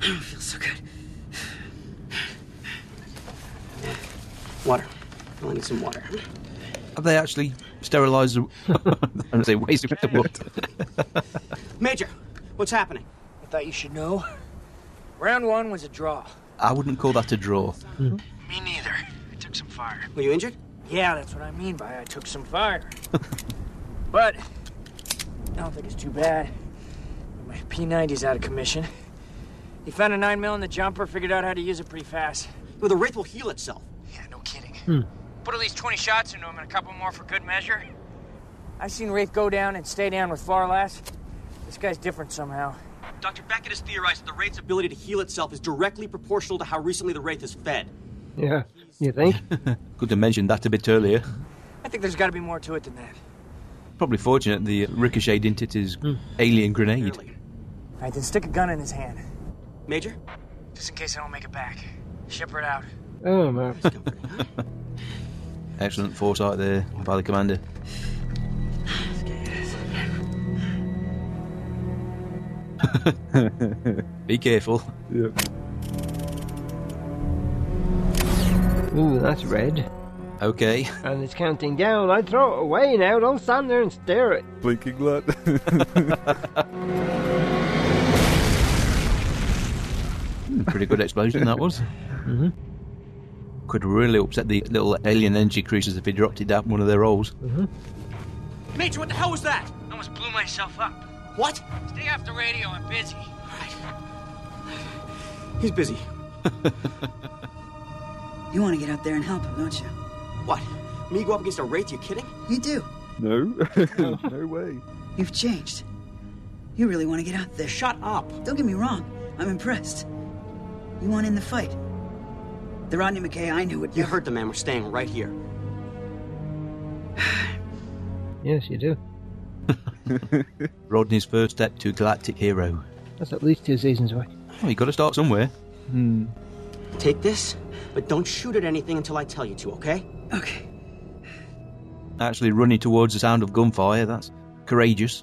I don't feel so good. Water. I need some water. Have they actually sterilised the. (laughs) I don't say wasted the bullet. Major, what's happening? I thought you should know. Round one was a draw. I wouldn't call that a draw. Me neither. I took some fire. Were you injured? Yeah, that's what I mean by I took some (laughs) fire. but I don't think it's too bad. My P90's out of commission. He found a 9 mil in the jumper, figured out how to use it pretty fast. Well, the wraith will heal itself. Yeah, no kidding. Put at least 20 shots into him and a couple more for good measure. I've seen Wraith go down and stay down with far less. This guy's different somehow. Dr. Beckett has theorized that the wraith's ability to heal itself is directly proportional to how recently the wraith is fed. Yeah, you think? Could have mentioned that a bit earlier. I think there's got to be more to it than that. Probably fortunate the ricochet didn't hit his alien grenade. Clearly. All right, then stick a gun in his hand, Major? just in case I don't make it back. Shepherd out. Oh man, Excellent foresight there by the (laughs) commander. Be careful. Yep. Ooh, that's red. Okay. And it's counting down. I'd throw it away now. Don't stand there and stare at it. Blinking light. Pretty good explosion that was. Mm-hmm. Could really upset the little alien energy creatures if he dropped it down one of their holes. Major, what the hell was that? Almost blew myself up. What? Stay off the radio. I'm busy. He's busy. You want to get out there and help him, don't you? What? Me go up against a wraith? You kidding? You do. No. (laughs) no way. You've changed. You really want to get out there. Shut up. Don't get me wrong. I'm impressed. You want in the fight. The Rodney McKay I knew would You heard the man. We're staying right here. Yes, you do. Rodney's first step to galactic hero. That's at least two seasons away. Oh, you got to start somewhere. Hmm. Take this, but don't shoot at anything until I tell you to, okay? Okay. Actually, running towards the sound of gunfire, that's courageous.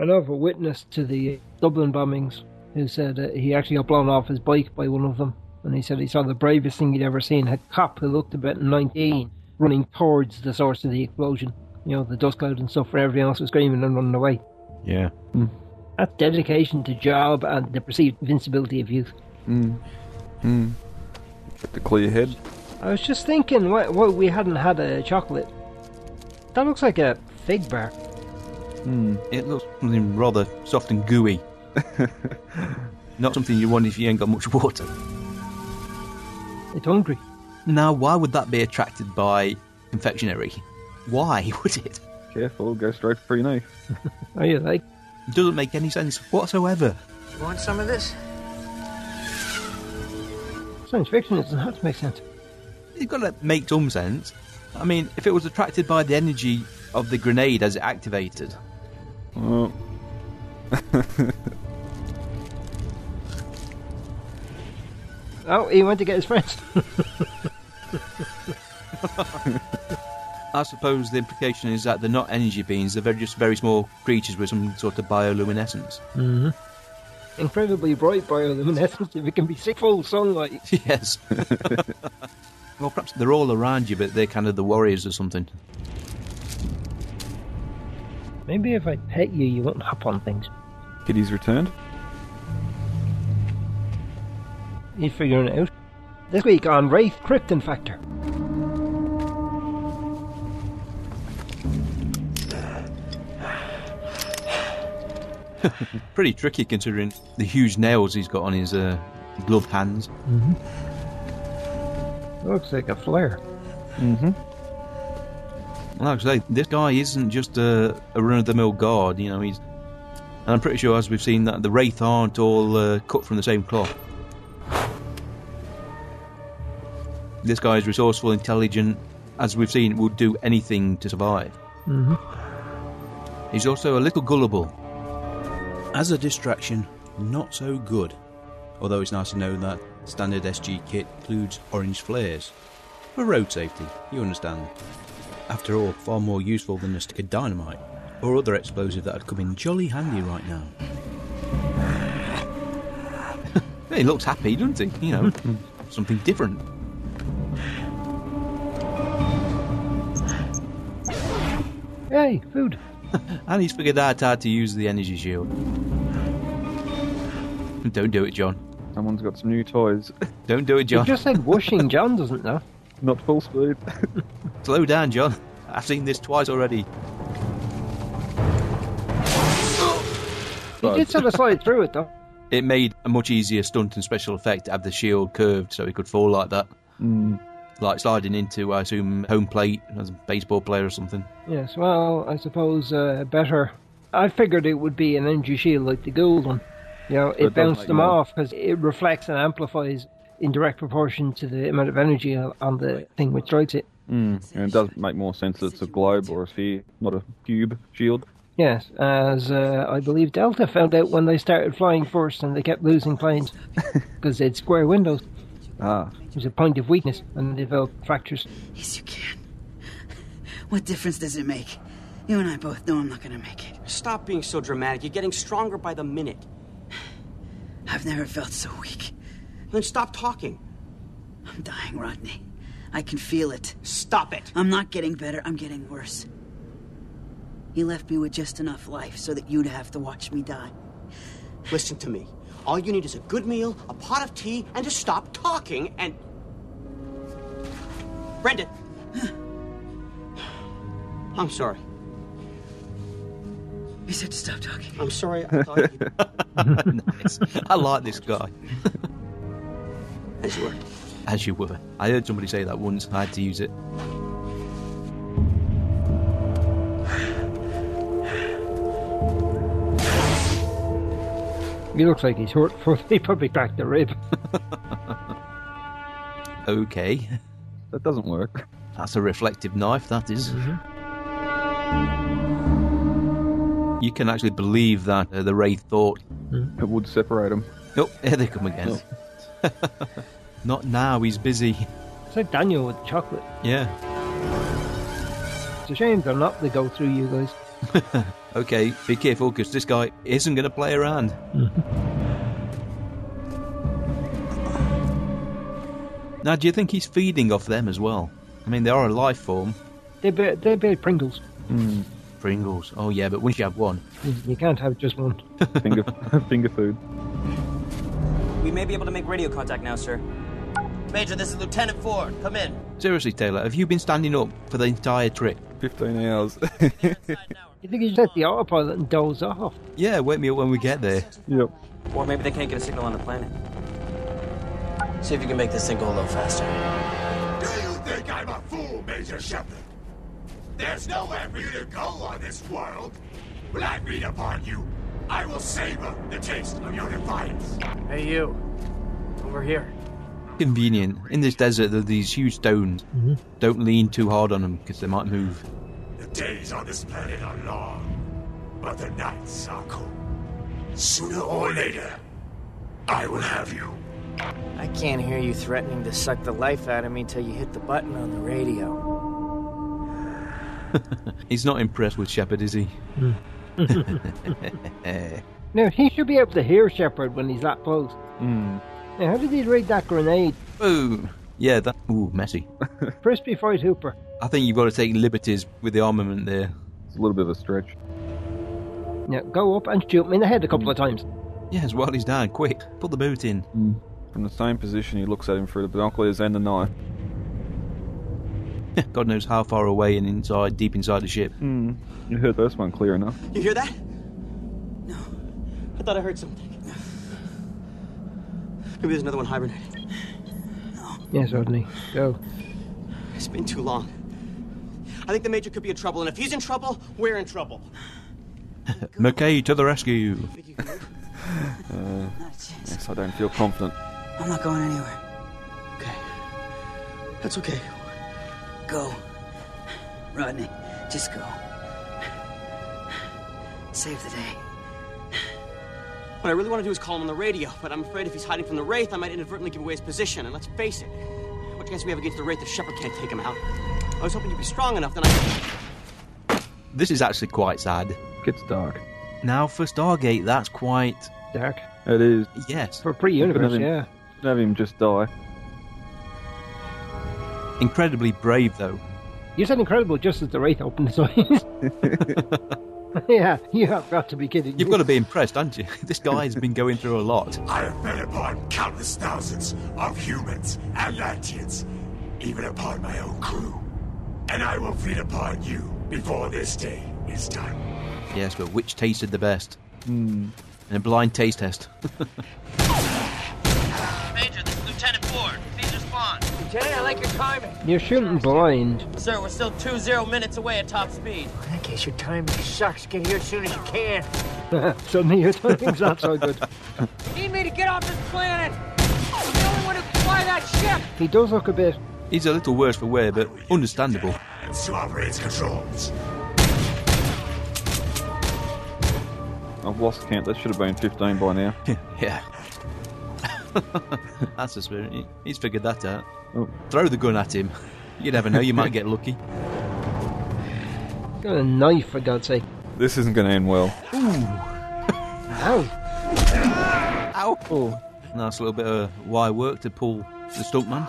I know of a witness to the Dublin bombings who said uh, he actually got blown off his bike by one of them. And he said he saw the bravest thing he'd ever seen a cop who looked about 19 running towards the source of the explosion. You know, the dust cloud and stuff where everyone else was screaming and running away. Yeah. That's dedication to job and the perceived invincibility of youth. Hmm. Hmm. Got to clear your head. I was just thinking, why, why we hadn't had a chocolate? That looks like a fig bar. Hmm. It looks something rather soft and gooey. Not something you want if you ain't got much water. It's hungry. Now, why would that be attracted by confectionery? Why (laughs) would it? Careful. Go straight for your knife. Are Oh, you like? Doesn't make any sense whatsoever. You want some of this? Science fiction doesn't have to make sense. It's got to make some sense. I mean, if it was attracted by the energy of the grenade as it activated, Oh. Oh, he went to get his friends. (laughs) I suppose the implication is that they're not energy beings, they're very, just very small creatures with some sort of bioluminescence. (laughs) mm-hmm. Incredibly bright bioluminescence (laughs) if it can be seen full sunlight. Yes. (laughs) well, perhaps they're all around you, but they're kind of the warriors or something. Maybe if I pet you, you won't hop on things. Kitty's returned. He's figuring it out. This week on Wraith Krypton Factor. Pretty tricky considering the huge nails he's got on his uh, gloved hands. Looks like a flare. Mm-hmm. Like I say, this guy isn't just a, a run of the mill guard, you know, he's. And I'm pretty sure, as we've seen, that the Wraith aren't all uh, cut from the same cloth. This guy is resourceful, intelligent, as we've seen, would do anything to survive. Mm-hmm. He's also a little gullible. As a distraction, not so good. Although it's nice to know that standard SG kit includes orange flares. For road safety, you understand. After all, far more useful than a stick of dynamite or other explosive that would come in jolly handy right now. (laughs) he looks happy, doesn't he? You (laughs) know, something different. Yay, food. And he's figured out how to use the energy shield. Don't do it, John. Someone's got some new toys. (laughs) Don't do it, You John. (laughs) just said washing John doesn't (laughs) know. Not full speed. (laughs) Slow down, John. I've seen this twice already. He did sort of slide through it though. It made a much easier stunt and special effect to have the shield curved so it could fall like that. Mm. Like sliding into, I assume, home plate as a baseball player or something. Yes, well, I suppose uh, better. I figured it would be an energy shield like the gold one. You know, it does it bounced make them more. off because it reflects and amplifies in direct proportion to the amount of energy on the thing which strikes it. Mm. And it does make more sense that it's a globe or a sphere, not a cube shield. Yes, as uh, I believe Delta found out when they started flying first and they kept losing planes because they had square windows. Ah. It was a point of weakness and they developed fractures. Yes, you can. What difference does it make? You and I both know I'm not gonna make it. Stop being so dramatic. You're getting stronger by the minute. I've never felt so weak. Then stop talking. I'm dying, Rodney. I can feel it. Stop it. I'm not getting better, I'm getting worse. You left me with just enough life so that you'd have to watch me die. Listen to me. All you need is a good meal, a pot of tea, and to stop talking and. Brendan! I'm sorry. You said to stop talking. I'm sorry. I thought you. nice. I like this guy. As you were. As you were. I heard somebody say that once. I had to use it. He looks like he's hurt. (laughs) For he probably cracked the rib. Okay. That doesn't work. That's a reflective knife, that is. You can actually believe that uh, the Wraith thought. It would separate them. Nope, here they come again. (laughs) Not now, he's busy. It's like Daniel with chocolate. Yeah. It's a shame they're not. They go through you guys. Okay, be careful because this guy isn't going to play around. now, do you think he's feeding off them as well? I mean, they are a life form. They're ba- they're ba- Pringles. Pringles. Oh, yeah, but once you have one. You- You can't have just one. Finger, (laughs) finger food. We may be able to make radio contact now, sir. Major, this is Lieutenant Ford. Come in. Seriously, Taylor, have you been standing up for the entire trip? 15 hours. You think you set the autopilot and doze off? yeah, wake me up when we get there. Yep. Or maybe they can't get a signal on the planet. See if you can make this thing go a little faster. Do you think I'm a fool, Major Shepard? There's nowhere for you to go on this world. When I beat upon you, I will savor the taste of your defiance. Hey, you. Over here. Convenient. In this desert, there are these huge stones. Don't lean too hard on them because they might move. The days on this planet are long, but the nights are cold. Sooner or later, I will have you. I can't hear you threatening to suck the life out of me till you hit the button on the radio. He's not impressed with Shepard, is he? No, he should be able to hear Shepard when he's that close. Hmm. Now, how did he rig that grenade? Boom! Yeah, that. Ooh, messy. Frisbee fight Hooper. (laughs) I think you've got to take liberties with the armament there. It's a little bit of a stretch. Now, go up and shoot him in the head a couple of times. Yes, while he's down, quick, put the boot in. (laughs) From the same position, he looks at him through the binoculars and the knife. God knows how far away and inside, deep inside the ship. Mm. You heard this one clear enough. You hear that? No. I thought I heard something. Maybe there's another one hibernating. Yes, Rodney. Go. It's been too long. I think the Major could be in trouble, and if he's in trouble, we're in trouble. McKay to the rescue! Uh, yes, I don't feel confident. I'm not going anywhere. That's okay. Go. Rodney, just go. Save the day. What I really want to do is call him on the radio, but I'm afraid if he's hiding from the Wraith, I might inadvertently give away his position, and let's face it, what chance do we have against the Wraith if Shepard can't take him out? I was hoping you'd be strong enough, then I. This is actually quite sad. Gets dark. Now, for Stargate, that's quite. Dark. It is. Yes. For pre Couldn't have him- couldn't Have him just die. Incredibly brave, though. You said incredible just as the Wraith opened (laughs) his (laughs) eyes. yeah, you have got to be kidding. You've got to be impressed, haven't you? (laughs) This guy's been going through a lot. I have fed upon countless thousands of humans and Latians, even upon my own crew. And I will feed upon you before this day is done. Yes, but which tasted the best? Mm. In a blind taste test. Major, this is Lieutenant Ford. Please respond. Lieutenant, I like your timing. You're shooting blind. Sir, we're still two zero minutes away at top speed. In that case, your timing sucks. Get here as soon as you can. Suddenly (laughs) your timing's not so good. You need me to get off this planet. I'm the only one who can fly that ship. He does look a bit. (laughs) He's a little worse for wear, but understandable. And to operate its controls. I've lost count. That should have been 15 by now. (laughs) Yeah. (laughs) That's the spirit. He- He's figured that out. Oh. Throw the gun at him. You never know, you (laughs) might get lucky. Got a knife, for God's sake. This isn't going to end well. Ooh. Ow. Ow! And that's a Oh, little bit of wire work to pull the stuntman.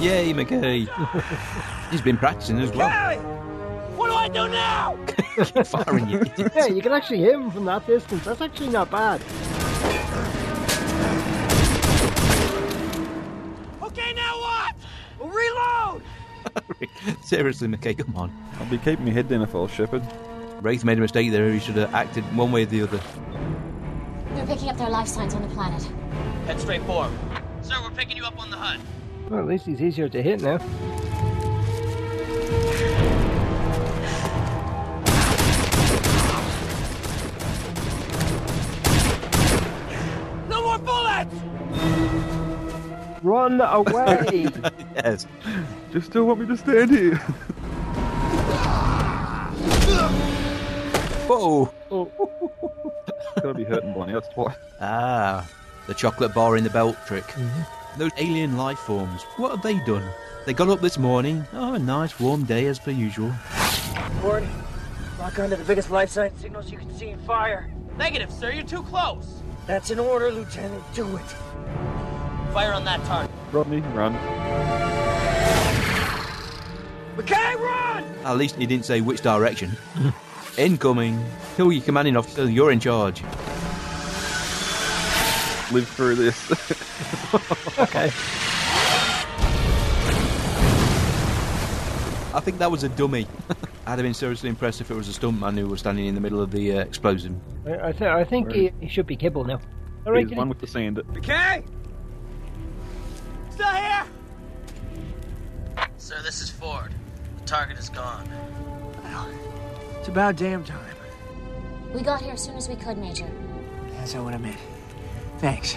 Yay, (laughs) McKay! He's been practicing as well. What do I (laughs) do now? Firing you. (laughs) yeah, you can actually hit him from that distance. That's actually not bad. Okay, now what? We'll reload! Seriously, McKay, come on. I'll be keeping my head down if I was Shepard. Wraith made a mistake there. He should have acted one way or the other. We're picking up their life signs on the planet. Head straight for him. Sir, we're picking you up on the HUD. Well, at least he's easier to hit now. No more bullets! Run (laughs) away! yes. Just still want me to stand here. (laughs) Whoa! Gotta be hurting by now. That's why. Ah, the chocolate bar in the belt trick. Those alien life forms, what have they done? They got up this morning. Oh, a nice warm day as per usual. Ward, lock onto the biggest life sign signals you can see and fire. Negative, sir. You're too close. That's an order, Lieutenant. Do it. Fire on that target. Rodney, run. McKay, run! At least he didn't say which direction. Incoming. Kill your commanding officer, you're in charge. Live through this. (laughs) okay. I think that was a dummy. (laughs) I'd have been seriously impressed if it was a stuntman who was standing in the middle of the uh, explosion. I, I, th- I think he, he should be kibble now. I Here's reckon one with the sand. McKay! Still here? Sir, this is Ford. The target is gone. It's about damn time. We got here as soon as we could, Major. That's not what I meant. Thanks.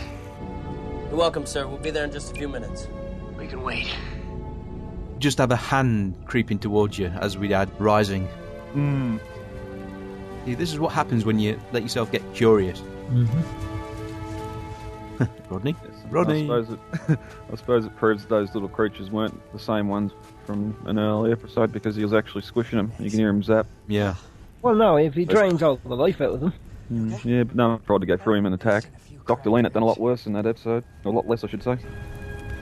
You're welcome, sir. We'll be there in just a few minutes. We can wait. Just have a hand creeping towards you as we had rising. Mm. See, this is what happens when you let yourself get curious. (laughs) Rodney? Mm-hmm. I Rodney! suppose, it, (laughs) I suppose it proves those little creatures weren't the same ones from an early episode because he was actually squishing them. You can hear him zap. Yeah. Well, no, if he drains all the life out of them. Mm-hmm. Yeah, but no, I tried to go through him and attack. Dr. Lean had done a lot worse in that episode. A lot less, I should say.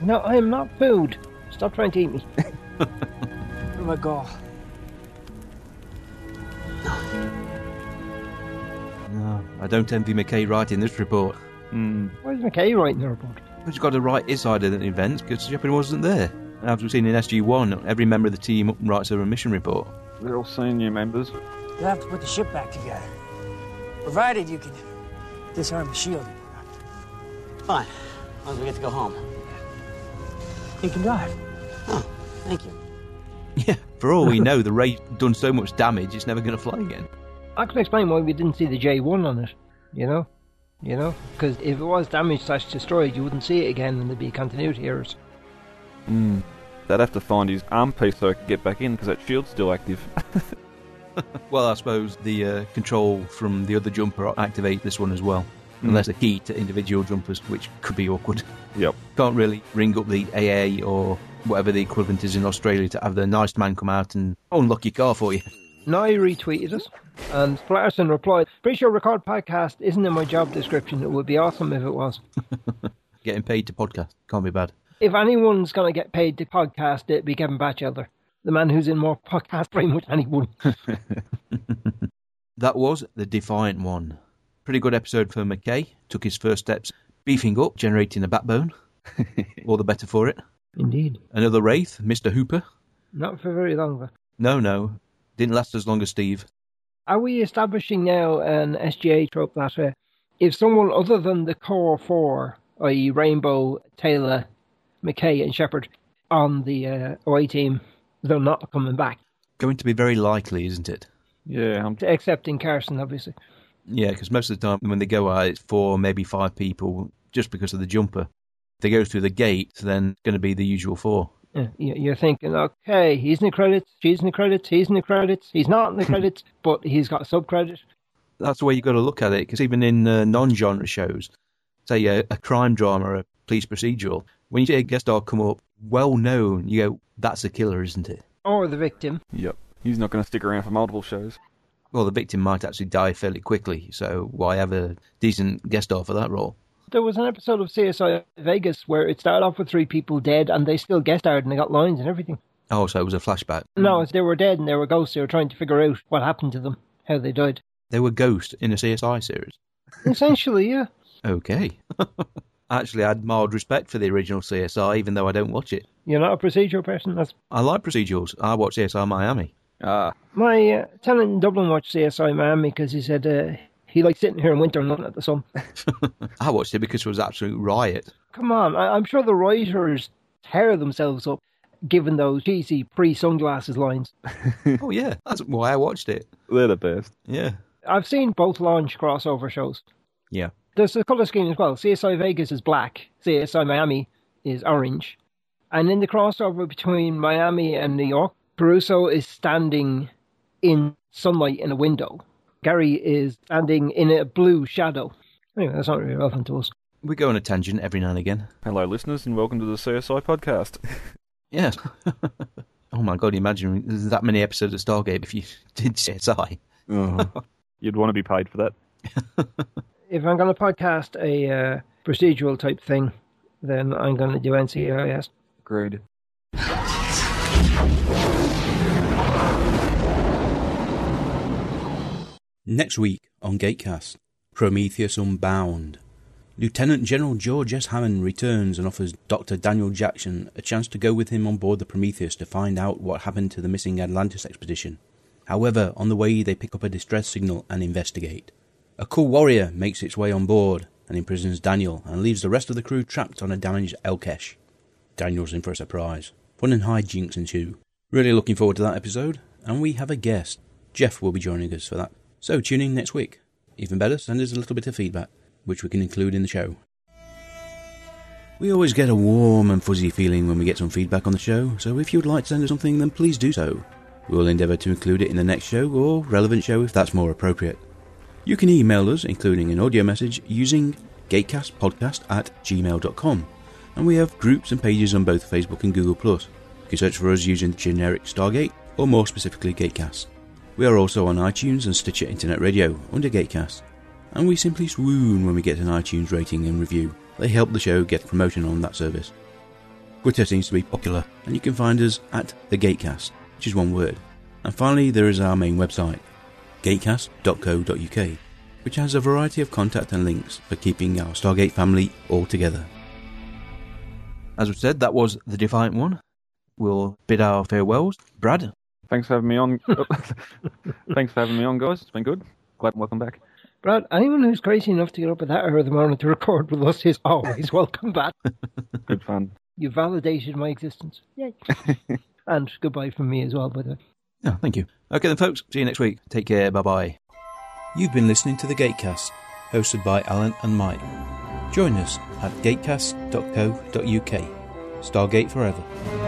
No, I am not food. Stop trying to eat me. Where do I go? No, I don't envy McKay writing this report. Hmm. Where's McKay writing the report? He's got to write his side of the events because Shepard wasn't there. And as we've seen in SG1, every member of the team writes a mission report. (laughs) They're all senior members. You'll have to put the ship back together. Provided you can disarm the shield. Fine. As long as we get to go home. You can dive. Thank you. For all (laughs) we know, the Ray's done so much damage, it's never going to fly again. I can explain why we didn't see the J1 on it, you know? You know? Because if it was damaged slash destroyed, you wouldn't see it again and there'd be continuity errors. Mm. They'd have to find his arm piece so I could get back in because that shield's still active. Well, I suppose the uh, control from the other jumper activates this one as well, unless the key to individual jumpers, which could be awkward. (laughs) (laughs) Yep. Can't really ring up the AA or whatever the equivalent is in Australia to have the nice man come out and unlock your car for you. (laughs) Nye retweeted us, and Splatterson replied, Pretty sure record podcast isn't in my job description. It would be awesome if it was. Getting paid to podcast can't be bad. If anyone's going to get paid to podcast, it'd be Kevin Batchelder, the man who's in more podcasts pretty much than anyone. That was the Defiant One. Pretty good episode for McKay. Took his first steps, beefing up, generating a backbone. All the better for it. Indeed. Another Wraith, Mr. Hooper. Not for very long, though. No, no. Didn't last as long as Steve. Are we establishing now an SGA trope that uh, if someone other than the core four, i.e., Rainbow, Taylor, McKay, and Shepard, on the uh, away team, they're not coming back, Going to be very likely, isn't it? Yeah, I'm except in Carson, obviously. Yeah, because most of the time when they go out, it's four, maybe five people just because of the jumper. If they go through the gate, then it's going to be the usual four. Yeah, you- You're thinking, okay, he's in the credits, she's in the credits, he's in the credits, he's not in the credits, (laughs) but he's got sub credit. That's the way you've got to look at it, because even in uh, non genre shows, say a, a crime drama, a police procedural, when you see a guest star come up, well known, you go, that's a killer, isn't it? Or the victim. Yep. He's not going to stick around for multiple shows. Well, the victim might actually die fairly quickly, so why have a decent guest star for that role? There was an episode of CSI Vegas where it started off with three people dead and they still guest starred and they got lines and everything. Oh, so it was a flashback. No, it's- they were dead and they were ghosts. They were trying to figure out what happened to them, how they died. They were ghosts in a CSI series. (laughs) Essentially, yeah. Okay. (laughs) actually, I had mild respect for the original CSI, even though I don't watch it. You're not a procedural person. That's I like procedurals. I watch CSI Miami. Ah. my uh, tenant in Dublin watched CSI Miami because he said uh, he liked sitting here in winter and looking at the sun. (laughs) I watched it because it was absolute riot. Come on, I- I'm sure the writers tear themselves up given those cheesy pre-sunglasses lines. oh yeah, that's why I watched it. They're the best. Yeah. I've seen both launch crossover shows. Yeah. There's the color scheme as well. CSI Vegas is black. CSI Miami is orange. And in the crossover between Miami and New York, Peruso is standing in sunlight in a window. Gary is standing in a blue shadow. Anyway, that's not really relevant to us. We go on a tangent every now and again. Hello, listeners, and welcome to the CSI (laughs) podcast. Yes. (laughs) oh my god, imagine there's that many episodes of Stargate if you (laughs) did (laughs) CSI. Uh-huh. You'd want to be paid for that. If I'm going to podcast a uh, procedural type thing, then I'm going to do NCIS. Agreed. Next week on Gatecast, Prometheus Unbound. Lieutenant General George S. Hammond returns and offers Dr. Daniel Jackson a chance to go with him on board the Prometheus to find out what happened to the missing Atlantis expedition. However, on the way, they pick up a distress signal and investigate. A cool warrior makes its way on board and imprisons Daniel and leaves the rest of the crew trapped on a damaged Elkesh. Daniel's in for a surprise. Fun and hijinks ensue. Really looking forward to that episode, and we have a guest. Jeff will be joining us for that. So tune in next week. Even better, send us a little bit of feedback, which we can include in the show. We always get a warm and fuzzy feeling when we get some feedback on the show, so if you would like to send us something, then please do so. We'll endeavour to include it in the next show or relevant show if that's more appropriate. You can email us, including an audio message, using gatecastpodcast at gmail.com. And we have groups and pages on both Facebook and Google. Plus. You can search for us using generic Stargate, or more specifically, Gatecast. We are also on iTunes and Stitcher Internet Radio under Gatecast. And we simply swoon when we get an iTunes rating and review. They help the show get promotion on that service. Twitter seems to be popular, and you can find us at The Gatecast, which is one word. And finally, there is our main website, gatecast.co.uk, which has a variety of contact and links for keeping our Stargate family all together. As we've said, that was the Defiant One. We'll bid our farewells. Brad, Thanks for having me on. (laughs) Thanks for having me on, guys. It's been good. Glad welcome back. Brad, anyone who's crazy enough to get up at that hour of the morning to record with us is always (laughs) welcome back. Good fun. You validated my existence. Yay. (laughs) and goodbye from me as well, by the way. Oh, thank you. Okay, then, folks, see you next week. Take care. Bye bye. You've been listening to The Gatecast, hosted by Alan and Mike. Join us at gatecast.co.uk. Stargate Forever.